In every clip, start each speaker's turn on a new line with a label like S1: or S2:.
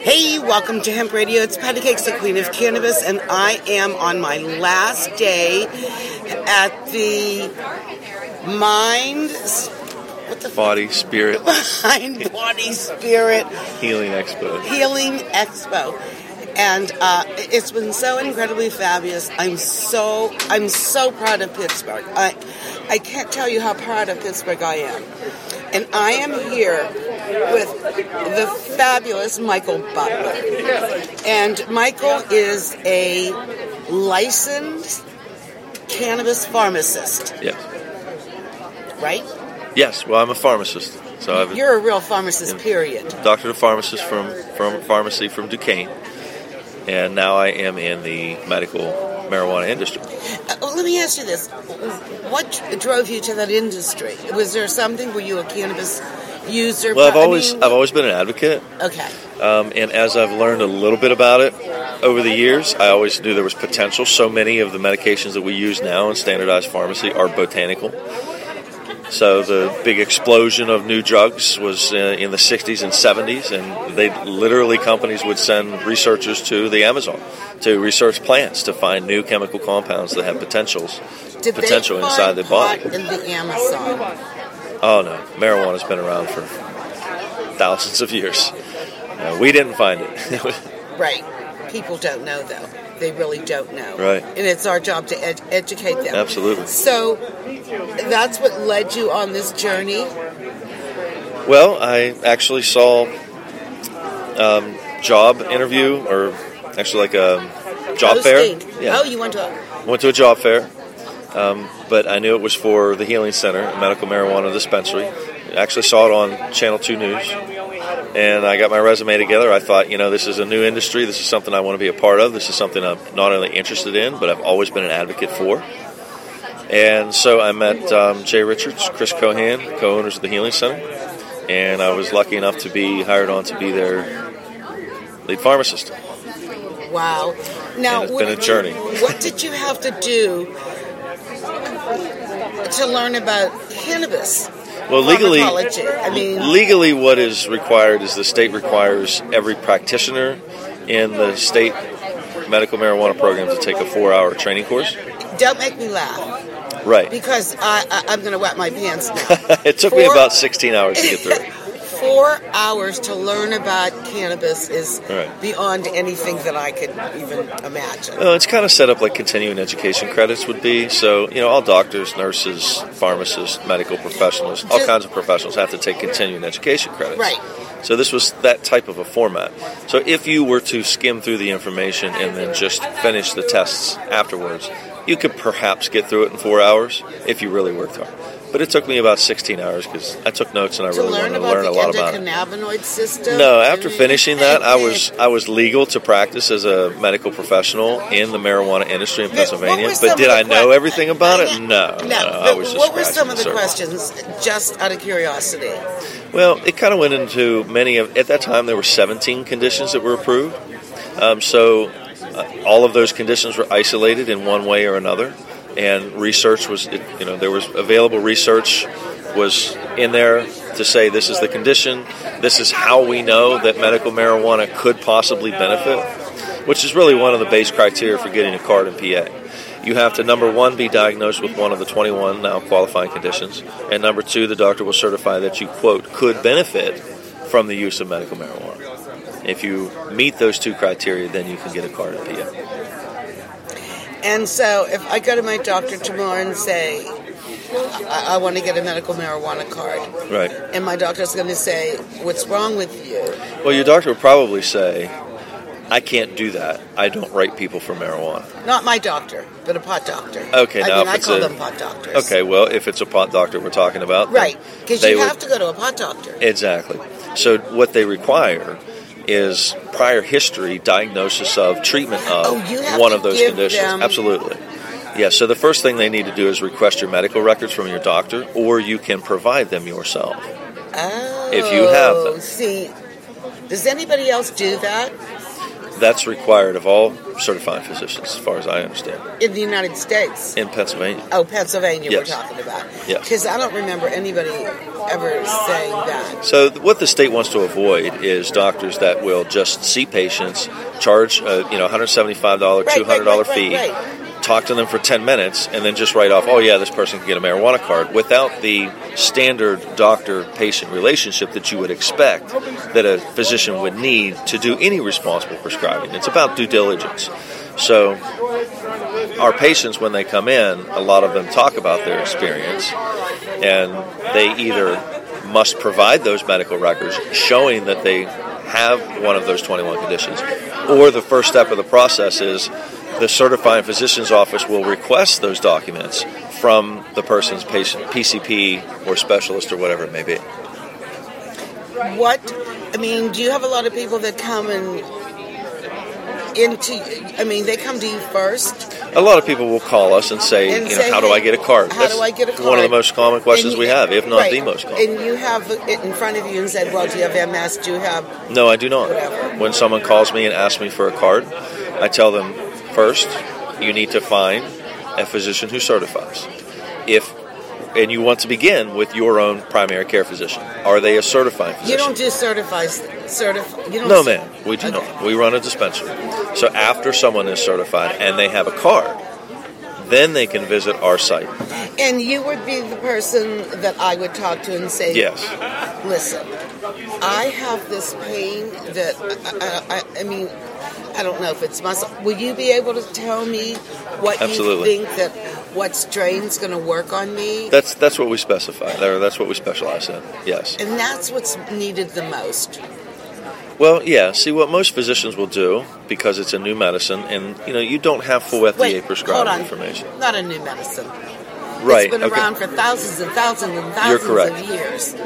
S1: Hey, welcome to Hemp Radio. It's Patty Cakes, the Queen of Cannabis, and I am on my last day at the Mind, what the
S2: Body, spirit,
S1: Mind Body Spirit
S2: healing expo.
S1: Healing Expo, and uh, it's been so incredibly fabulous. I'm so I'm so proud of Pittsburgh. I I can't tell you how proud of Pittsburgh I am, and I am here with the fabulous Michael Butler, and Michael is a licensed cannabis pharmacist,
S2: Yes.
S1: right?
S2: Yes. Well, I'm a pharmacist, so I have a
S1: You're a real pharmacist, period.
S2: doctorate of pharmacist from from pharmacy from Duquesne, and now I am in the medical marijuana industry.
S1: Uh, let me ask you this: What drove you to that industry? Was there something? Were you a cannabis user?
S2: Well, I've
S1: Pro- I
S2: always
S1: mean-
S2: I've always been an advocate,
S1: okay.
S2: um, and as I've learned a little bit about it over the years, I always knew there was potential. So many of the medications that we use now in standardized pharmacy are botanical. So the big explosion of new drugs was uh, in the 60s and 70s, and they literally companies would send researchers to the Amazon to research plants to find new chemical compounds that have potentials,
S1: Did
S2: potential
S1: they find
S2: inside the
S1: pot
S2: body.
S1: in the Amazon?
S2: Oh no, marijuana's been around for thousands of years. No, we didn't find it.
S1: Right. People don't know though. They really don't know.
S2: Right.
S1: And it's our job to ed- educate them.
S2: Absolutely.
S1: So that's what led you on this journey.
S2: Well, I actually saw um, job interview or actually like a um, job
S1: Posting.
S2: fair. Yeah,
S1: Oh, you went to a,
S2: went to a job fair, um, but I knew it was for the Healing Center, a medical marijuana dispensary. Actually saw it on Channel Two News, and I got my resume together. I thought, you know, this is a new industry. This is something I want to be a part of. This is something I'm not only interested in, but I've always been an advocate for. And so I met um, Jay Richards, Chris Cohan, co-owners of the Healing Center, and I was lucky enough to be hired on to be their lead pharmacist.
S1: wow. Now
S2: And it's
S1: what-
S2: been a journey.
S1: What did you have to do to learn about cannabis?
S2: Well, legally,
S1: Pharmacology. I mean,
S2: legally, what is required is the state requires every practitioner in the state medical marijuana program to take a four-hour training course.
S1: don't make me laugh
S2: Right.
S1: because I, I, I'm going to wet my pants now.
S2: It took me
S1: Four-
S2: about 16 hours to get through.
S1: Four hours to learn about cannabis is
S2: Right.
S1: beyond anything that I could even imagine.
S2: Well, Uh, it's kind of set up like continuing education credits would be. So, you know, all doctors, nurses, pharmacists, medical professionals, all
S1: Just-
S2: kinds of professionals have to take continuing education credits.
S1: Right.
S2: So this was that type of a format. So if you were to skim through the information and then just finish the tests afterwards, you could perhaps get through it in four hours if you really worked hard. But it took me about 16 hours because I took notes and I
S1: To
S2: really
S1: learn
S2: wanted to
S1: about
S2: learn
S1: the
S2: a lot about it.
S1: endocannabinoid system.
S2: No, after finishing that, I was I was legal to practice as a medical professional in the marijuana industry in
S1: What
S2: Pennsylvania.
S1: were some
S2: But
S1: of
S2: did
S1: the
S2: I know
S1: que-
S2: everything about it? No,
S1: No.
S2: no. I was just
S1: what were some
S2: scratching
S1: of the
S2: surface.
S1: questions, just out of curiosity?
S2: Well, it kind of went into many of. At that time, there were 17 conditions that were approved. Um, so, uh, all of those conditions were isolated in one way or another, and research was, it, you know, there was available research was in there to say this is the condition, this is how we know that medical marijuana could possibly benefit, which is really one of the base criteria for getting a card in PA. You have to number one be diagnosed with one of the 21 now qualifying conditions, and number two, the doctor will certify that you quote could benefit from the use of medical marijuana. If you meet those two criteria, then you can get a card at PA.
S1: And so, if I go to my doctor tomorrow and say, I, I want to get a medical marijuana card,
S2: Right.
S1: and my doctor's going to say, What's wrong with you?
S2: Well, your doctor will probably say, "I can't do that. I don't write people for marijuana."
S1: Not my doctor, but a pot doctor.
S2: Okay,
S1: I
S2: now
S1: mean,
S2: if
S1: I
S2: it's
S1: call
S2: a-
S1: them pot doctors.
S2: Okay. Well, if it's a pot doctor we're talking about, then
S1: Right, because
S2: they
S1: you
S2: would-
S1: have to go to a pot doctor.
S2: Exactly. So what they require is prior history, diagnosis of, treatment of
S1: Oh, you have
S2: one
S1: to
S2: of those
S1: give
S2: conditions.
S1: them-
S2: Absolutely. Yeah, so the first thing they need to do is request your medical records from your doctor, or you can provide them yourself.
S1: Oh,
S2: If you have them.
S1: See, does anybody else do that?
S2: That's required of all certifying physicians, as far as I understand,
S1: in the United States.
S2: in Pennsylvania.
S1: Oh, Pennsylvania,
S2: Yes.
S1: we're talking about.
S2: Yeah.
S1: Because I don't remember anybody ever saying that.
S2: So, th- what the state wants to avoid is doctors that will just see patients, charge uh, you know $175, $200
S1: Right, right, right, right,
S2: fee,
S1: right.
S2: talk to them for 10 minutes, and then just write off, oh yeah, this person can get a marijuana card without the standard doctor patient relationship that you would expect that a physician would need to do any responsible prescribing. It's about due diligence. So, our patients when they come in, a lot of them talk about their experience, and they either must provide those medical records showing that they have one of those 21 conditions, or the first step of the process is the certifying physician's office will request those documents from the person's patient PCP or specialist or whatever it may be.
S1: What? I mean, do you have a lot of people that come and into? I mean, they come to you first.
S2: A lot of people will call us and say,
S1: And
S2: you know,
S1: say,
S2: how do
S1: "Hey,
S2: I get a card?
S1: how
S2: That's
S1: do I get a
S2: one of the
S1: card?"
S2: most common questions
S1: And
S2: we
S1: you-
S2: have, if not
S1: right.
S2: the most common.
S1: And you have it in front of you and said, "Well, do you have MS? Do you have?"
S2: No, I do not.
S1: Whatever.
S2: When someone calls me and asks me for a card, I tell them first, you need to find a physician who certifies. If and you want to begin with your own primary care physician. Are they a certified physician?
S1: You don't do certified certified. You don't
S2: No, ma'am. We do
S1: Okay.
S2: not. We run a dispensary. So after someone is certified and they have a card, then they can visit our site.
S1: And you would be the person that I would talk to and say,
S2: Yes.
S1: Listen, I have this pain that I, I, I, I mean, I don't know if it's muscle. Will you be able to tell me what
S2: Absolutely.
S1: you think that what strain's going to work on me?
S2: That's that's what we specify. There, That's what we specialize in. Yes.
S1: and that's what's needed the most.
S2: Well, yeah. See, what most physicians will do because it's a new medicine, and you know, you don't have full FDA
S1: Wait, hold
S2: prescribed
S1: on.
S2: information,
S1: Not a new medicine.
S2: right?
S1: It's been
S2: okay.
S1: around for thousands and thousands and thousands
S2: correct.
S1: of years. Go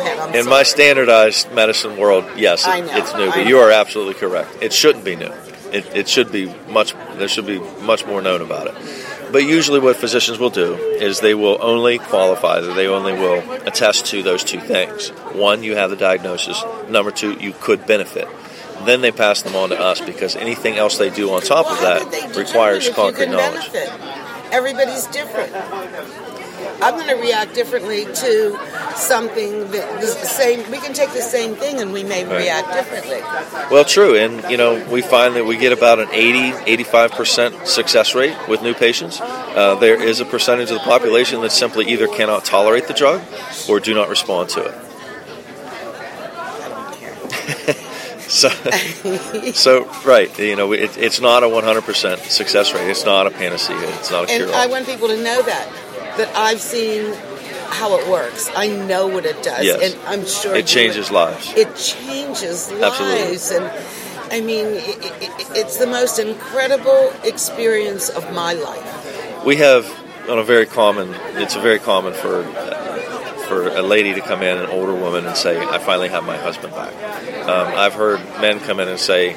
S1: ahead. I'm
S2: In my
S1: sorry.
S2: standardized medicine world, yes,
S1: I
S2: it-
S1: know,
S2: it's new.
S1: I
S2: But
S1: know.
S2: you are absolutely correct. It shouldn't be new. It, it should be much. There should be much more known about it. But usually, what physicians will do is they will only qualify. that They only will attest to those two things. One, you have the diagnosis. Number two, you could benefit. Then they pass them on to us because anything else they do on top
S1: Well,
S2: of
S1: how did they
S2: that
S1: determine
S2: requires
S1: if you
S2: concrete
S1: can
S2: knowledge.
S1: benefit? Everybody's different. I'm going to react differently to something that the same. We can take the same thing and we may
S2: Right.
S1: react differently.
S2: Well, true. And, you know, we find that we get about an 80, 85% success rate with new patients. Uh, there is a percentage of the population that simply either cannot tolerate the drug or do not respond to it.
S1: I don't care.
S2: So, so right, you know, it, it's not a 100% success rate. It's not a panacea. It's not a
S1: And
S2: cure
S1: I
S2: all.
S1: want people to know that that I've seen how it works. I know what it does,
S2: Yes.
S1: and I'm sure you-
S2: It changes lives.
S1: It changes
S2: Absolutely.
S1: lives, and I mean, it, it, it's the most incredible experience of my life.
S2: We have on a very common. It's a very common for for a lady to come in, an older woman, and say, "I finally have my husband back." Um, I've heard men come in and say,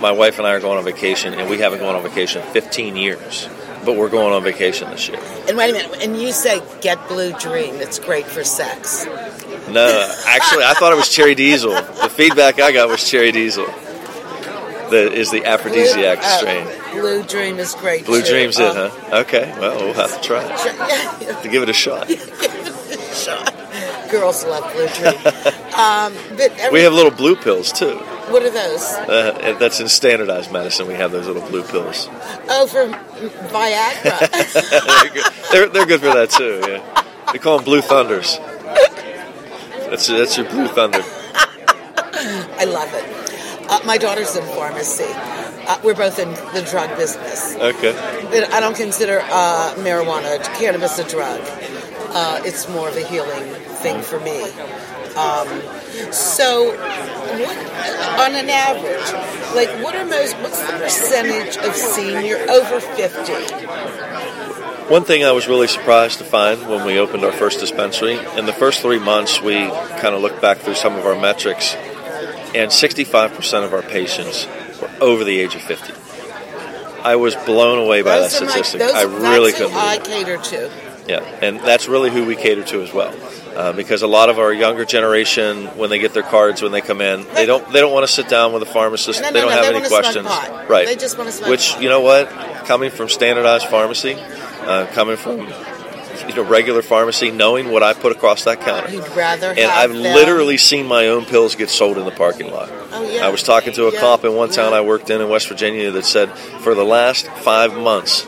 S2: "My wife and I are going on vacation, and we haven't gone on vacation in 15 years, but we're going on vacation this year."
S1: And wait a minute, and you say get blue dream, it's great for sex.
S2: No, actually, I thought it was cherry diesel. The feedback I got was cherry diesel. That is the aphrodisiac
S1: Blue- uh,
S2: strain.
S1: blue dream is great.
S2: Blue
S1: too.
S2: dreams, it,
S1: Um,
S2: huh? Okay, well, we'll have to try it.
S1: Yeah,
S2: to give it a shot.
S1: Girls love blue dream. um, but every,
S2: We have little blue pills too.
S1: what are those?
S2: Uh, that's in standardized medicine. We have those little blue pills.
S1: Oh, for Viagra.
S2: they're, good. They're, they're good for that too. Yeah, we call them blue thunders. That's that's your blue thunder.
S1: I love it. Uh, my daughter's in pharmacy. Uh, we're both in the drug business.
S2: Okay.
S1: But I don't consider uh, marijuana, cannabis, a drug. Uh, it's more of a healing thing for me. Um, so, what, on an average, like what are most? What's the percentage of senior over fifty?
S2: One thing I was really surprised to find when we opened our first dispensary in the first three months, we kind of looked back through some of our metrics, and 65% of our patients were over the age of 50. I was blown away by that
S1: Those are my,
S2: statistic.
S1: those,
S2: I really
S1: that's
S2: couldn't
S1: who I
S2: believe it.
S1: cater to.
S2: Yeah, and that's really who we cater to as well, uh, because a lot of our younger generation, when they get their cards when they come in, they don't they don't want to sit down with a pharmacist.
S1: No, no,
S2: they don't
S1: no,
S2: have
S1: they
S2: any
S1: wanna smoke
S2: questions,
S1: pot.
S2: right?
S1: They just wanna smoke
S2: Which
S1: pot.
S2: you know what, coming from standardized pharmacy, uh, coming from you know regular pharmacy, knowing what I put across that counter,
S1: You'd rather
S2: and
S1: have
S2: I've
S1: them-
S2: literally seen my own pills get sold in the parking lot.
S1: Oh, yeah.
S2: I was talking to a
S1: Yeah,
S2: cop in one town
S1: yeah.
S2: I worked in in West Virginia that said, for the last five months,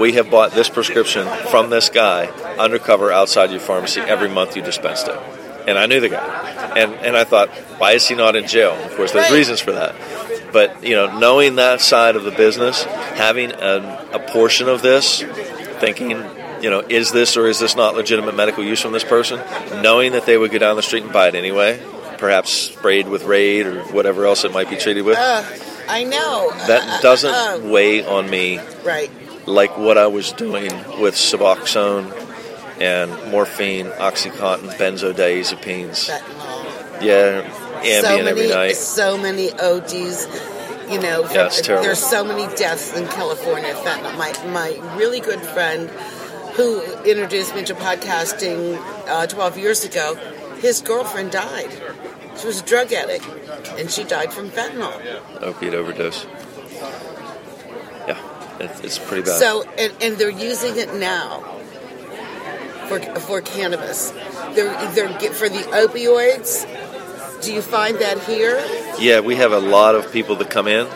S2: we have bought this prescription from this guy undercover outside your pharmacy every month you dispensed it. And I knew the guy. And, and I thought, why is he not in jail? Of course, there's
S1: Right.
S2: reasons for that. But, you know, knowing that side of the business, having a, a portion of this, thinking, you know, is this or is this not legitimate medical use from this person? Knowing that they would go down the street and buy it anyway, perhaps sprayed with Raid or whatever else it might be treated with.
S1: Ugh, I know. Uh,
S2: that doesn't weigh on me
S1: right.
S2: like what I was doing with Suboxone and morphine, OxyContin, benzodiazepines.
S1: Fentanyl.
S2: Yeah, Ambien
S1: so many,
S2: every night.
S1: So many ODs. You know,
S2: Yeah, it's terrible.
S1: there's so many deaths in California. Fentanyl. My my really good friend, who introduced me to podcasting uh, 12 years ago, his girlfriend died. She was a drug addict, and she died from fentanyl.
S2: Opiate overdose. Yeah, it, it's pretty bad.
S1: So, and, and they're using it now for for cannabis. They're they're get- for the opioids. Do you find that here?
S2: Yeah, we have a lot of people that come in.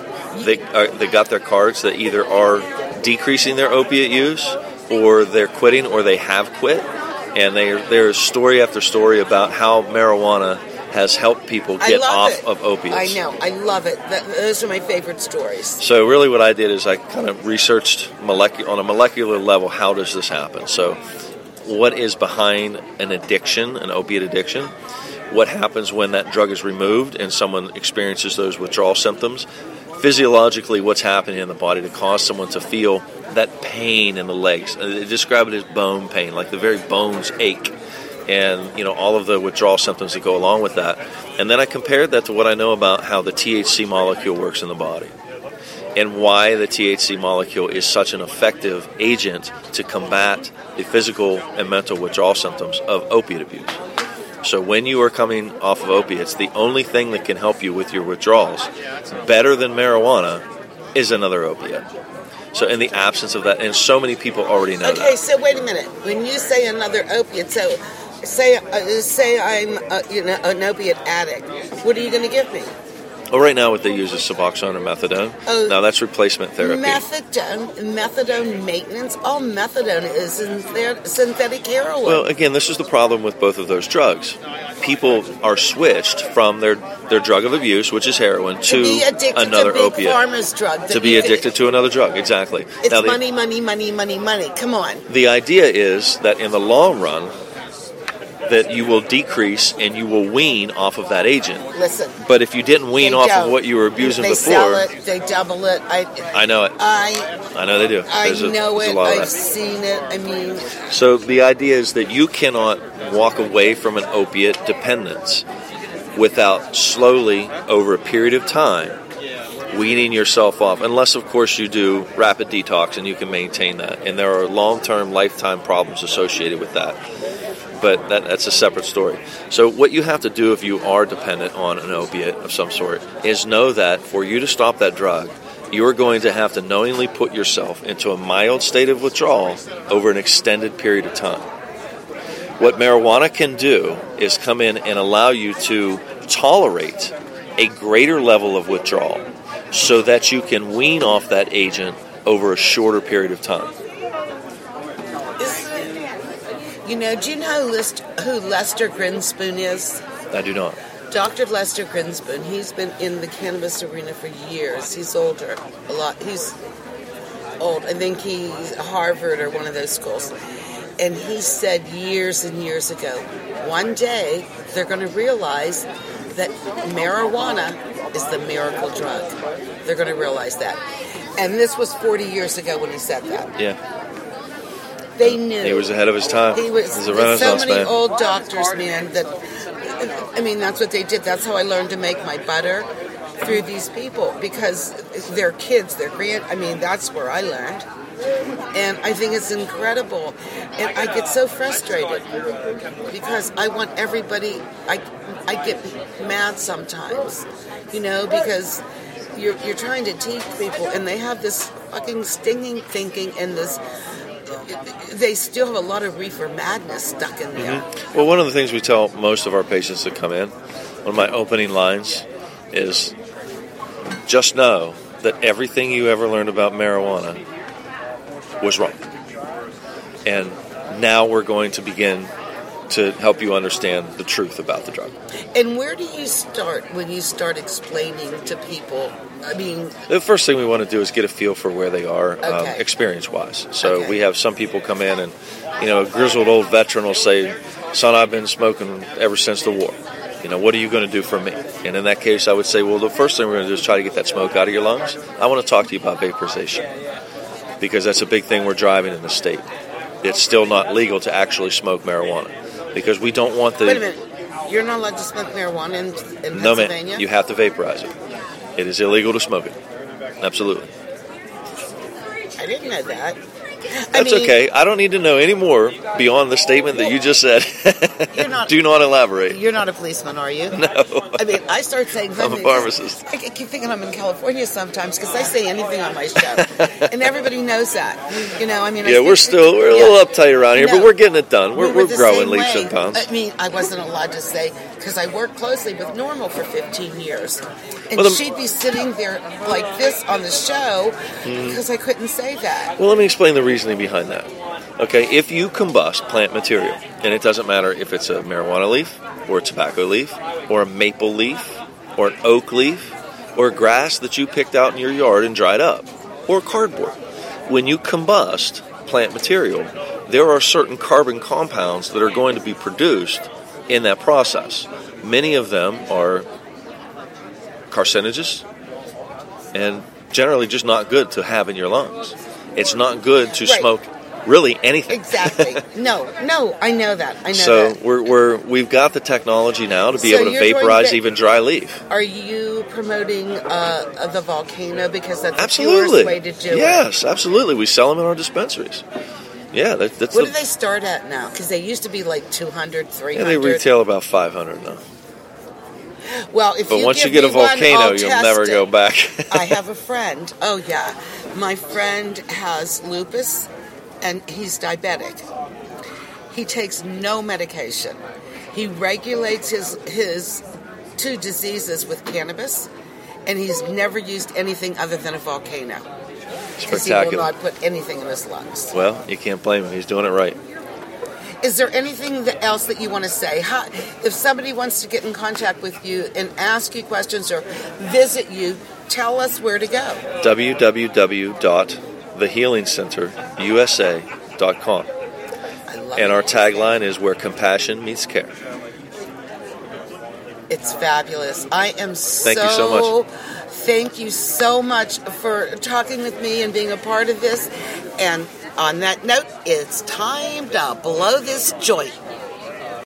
S2: They are, they got their cards that either are decreasing their opiate use, or they're quitting, or they have quit, and they there's story after story about how marijuana has helped people
S1: I
S2: get
S1: love
S2: off
S1: it.
S2: of opiates.
S1: I know. I love it. That, those are my favorite stories.
S2: So really, what I did is I kind of researched molecu- on a molecular level how does this happen. So, what is behind an addiction, an opiate addiction? What happens when that drug is removed and someone experiences those withdrawal symptoms? Physiologically, what's happening in the body to cause someone to feel that pain in the legs? Uh, They describe it as bone pain, like the very bones ache and you know all of the withdrawal symptoms that go along with that. And then I compared that to what I know about how the THC molecule works in the body and why the THC molecule is such an effective agent to combat the physical and mental withdrawal symptoms of opiate abuse. So, when you are coming off of opiates, the only thing that can help you with your withdrawals, better than marijuana, is another opiate. So, in the absence of that, and so many people already know
S1: Okay,
S2: that.
S1: so wait a minute. When you say another opiate, so say uh, say I'm uh, you know an opiate addict. What are you going to give me?
S2: Well, right now, what they use is Suboxone or Methadone.
S1: Oh.
S2: now, that's replacement therapy.
S1: Methadone, methadone maintenance. All methadone is synthet- synthetic heroin.
S2: Well, again, this is the problem with both of those drugs. People are switched from their, their drug of abuse, which is heroin, to,
S1: be addicted
S2: another
S1: to big
S2: opiate.
S1: pharma's drug.
S2: to be addicted to another drug, exactly.
S1: It's
S2: now, the,
S1: money, money, money, money, money. Come on.
S2: the idea is that in the long run, that you will decrease and you will wean off of that agent.
S1: Listen.
S2: But if you didn't wean
S1: they
S2: off
S1: don't.
S2: of what you were abusing
S1: they
S2: before,
S1: sell it. They double it. I.
S2: I know it.
S1: I.
S2: I know they do.
S1: I
S2: There's a-
S1: know
S2: there's
S1: it.
S2: a lot of
S1: I've
S2: that.
S1: seen it. I mean,
S2: So the idea is that you cannot walk away from an opiate dependence without slowly, over a period of time, weaning yourself off. Unless, of course, you do rapid detox and you can maintain that. And there are long term, lifetime problems associated with that. But that, that's a separate story. So, what you have to do if you are dependent on an opiate of some sort is know that for you to stop that drug, you're going to have to knowingly put yourself into a mild state of withdrawal over an extended period of time. What marijuana can do is come in and allow you to tolerate a greater level of withdrawal so that you can wean off that agent over a shorter period of time.
S1: isn't it? You know, do you know who, List, who Lester Grinspoon is?
S2: I do not.
S1: Dr. Lester Grinspoon. He's been in the cannabis arena for years. He's older, a lot. He's old. I think he's Harvard or one of those schools. And he said years and years ago, one day they're going to realize that marijuana is the miracle drug. They're going to realize that. And this was 40 years ago when he said that.
S2: Yeah,
S1: They knew.
S2: he was ahead of his time.
S1: He was,
S2: He's a
S1: there's so
S2: Renaissance
S1: many
S2: man.
S1: old doctors, man. That I mean, that's what they did. That's how I learned to make my butter through these people because their kids, their grand. I mean, that's where I learned. And I think it's incredible. And I get so frustrated because I want everybody, I, I get mad sometimes, you know, because you're, you're trying to teach people and they have this fucking stinging thinking and this they still have a lot of reefer madness stuck in there.
S2: Mm-hmm. Well, one of the things we tell most of our patients that come in, one of my opening lines is just know that everything you ever learned about marijuana was wrong. And now we're going to begin to help you understand the truth about the drug.
S1: And where do you start when you start explaining to people? I mean,
S2: the first thing we want to do is get a feel for where they are okay. um, experience wise. So
S1: Okay.
S2: we have some people come in and, you know, a grizzled old veteran will say, Son, I've been smoking ever since the war. You know, what are you going to do for me? And in that case, I would say, Well, the first thing we're going to do is try to get that smoke out of your lungs. I want to talk to you about vaporization because that's a big thing we're driving in the state. It's still not legal to actually smoke marijuana because we don't want the
S1: wait a minute, you're not allowed to smoke marijuana in, in
S2: No,
S1: Pennsylvania.
S2: man. You have to vaporize it. It is illegal to smoke it. Absolutely.
S1: I didn't know that. That's
S2: That's okay. I don't need to know any more beyond the statement that you just said.
S1: You're not-
S2: Do not elaborate.
S1: You're not a policeman, are you? No. I mean, I start saying.
S2: I'm a pharmacist.
S1: I keep thinking I'm in California sometimes because I say anything on my show, and everybody knows that. You know, I mean. I
S2: Yeah, we're
S1: speak-
S2: still we're a
S1: Yeah.
S2: little uptight around here, but
S1: No.
S2: we're getting it done. We're,
S1: We
S2: we're
S1: the
S2: growing
S1: same
S2: leaps
S1: way.
S2: and bounds.
S1: I mean, I wasn't allowed to say because I worked closely with Normal for 15 years, and
S2: Well, the-
S1: she'd be sitting there like this on the show
S2: Hmm.
S1: because I couldn't say that.
S2: Well, let me explain the reasoning behind that. Okay, if you combust plant material, and it doesn't matter if it's a marijuana leaf, or a tobacco leaf, or a maple leaf, or an oak leaf, or grass that you picked out in your yard and dried up, or cardboard. When you combust plant material, there are certain carbon compounds that are going to be produced in that process. Many of them are carcinogens, and generally just not good to have in your lungs. It's not good to
S1: Right.
S2: smoke really anything.
S1: Exactly. no, no, I know that. I know
S2: So
S1: that.
S2: we're, we're we've got the technology now to be
S1: So
S2: able to
S1: you're going
S2: vaporize
S1: va-
S2: even dry leaf.
S1: Are you promoting uh, the volcano because that's
S2: Absolutely.
S1: the purest way to do it?
S2: yes, absolutely. We sell them in our dispensaries. Yeah, that, that's
S1: What
S2: the,
S1: do they start at now? Because they used to be like 200, 300.
S2: yeah, they retail about 500 now.
S1: Well, if
S2: But
S1: you
S2: once
S1: give
S2: you get a
S1: me one,
S2: volcano,
S1: I'll
S2: you'll
S1: test
S2: never
S1: it.
S2: go back.
S1: I have a friend. Oh yeah, my friend has lupus, and he's diabetic. He takes no medication. He regulates his his two diseases with cannabis, and he's never used anything other than a volcano because he will
S2: Spectacular.
S1: not put anything in his lungs.
S2: Well, you can't blame him. He's doing it right.
S1: Is there anything that else that you want to say? How, if somebody wants to get in contact with you and ask you questions or visit you, tell us where to go.
S2: www.thehealingcenterusa.com.
S1: I love
S2: And
S1: it.
S2: our tagline is where compassion meets care.
S1: It's fabulous. I am so.
S2: Thank you so
S1: much. Thank you so much for talking with me and being a part of this. And on that note, it's time to blow this joint.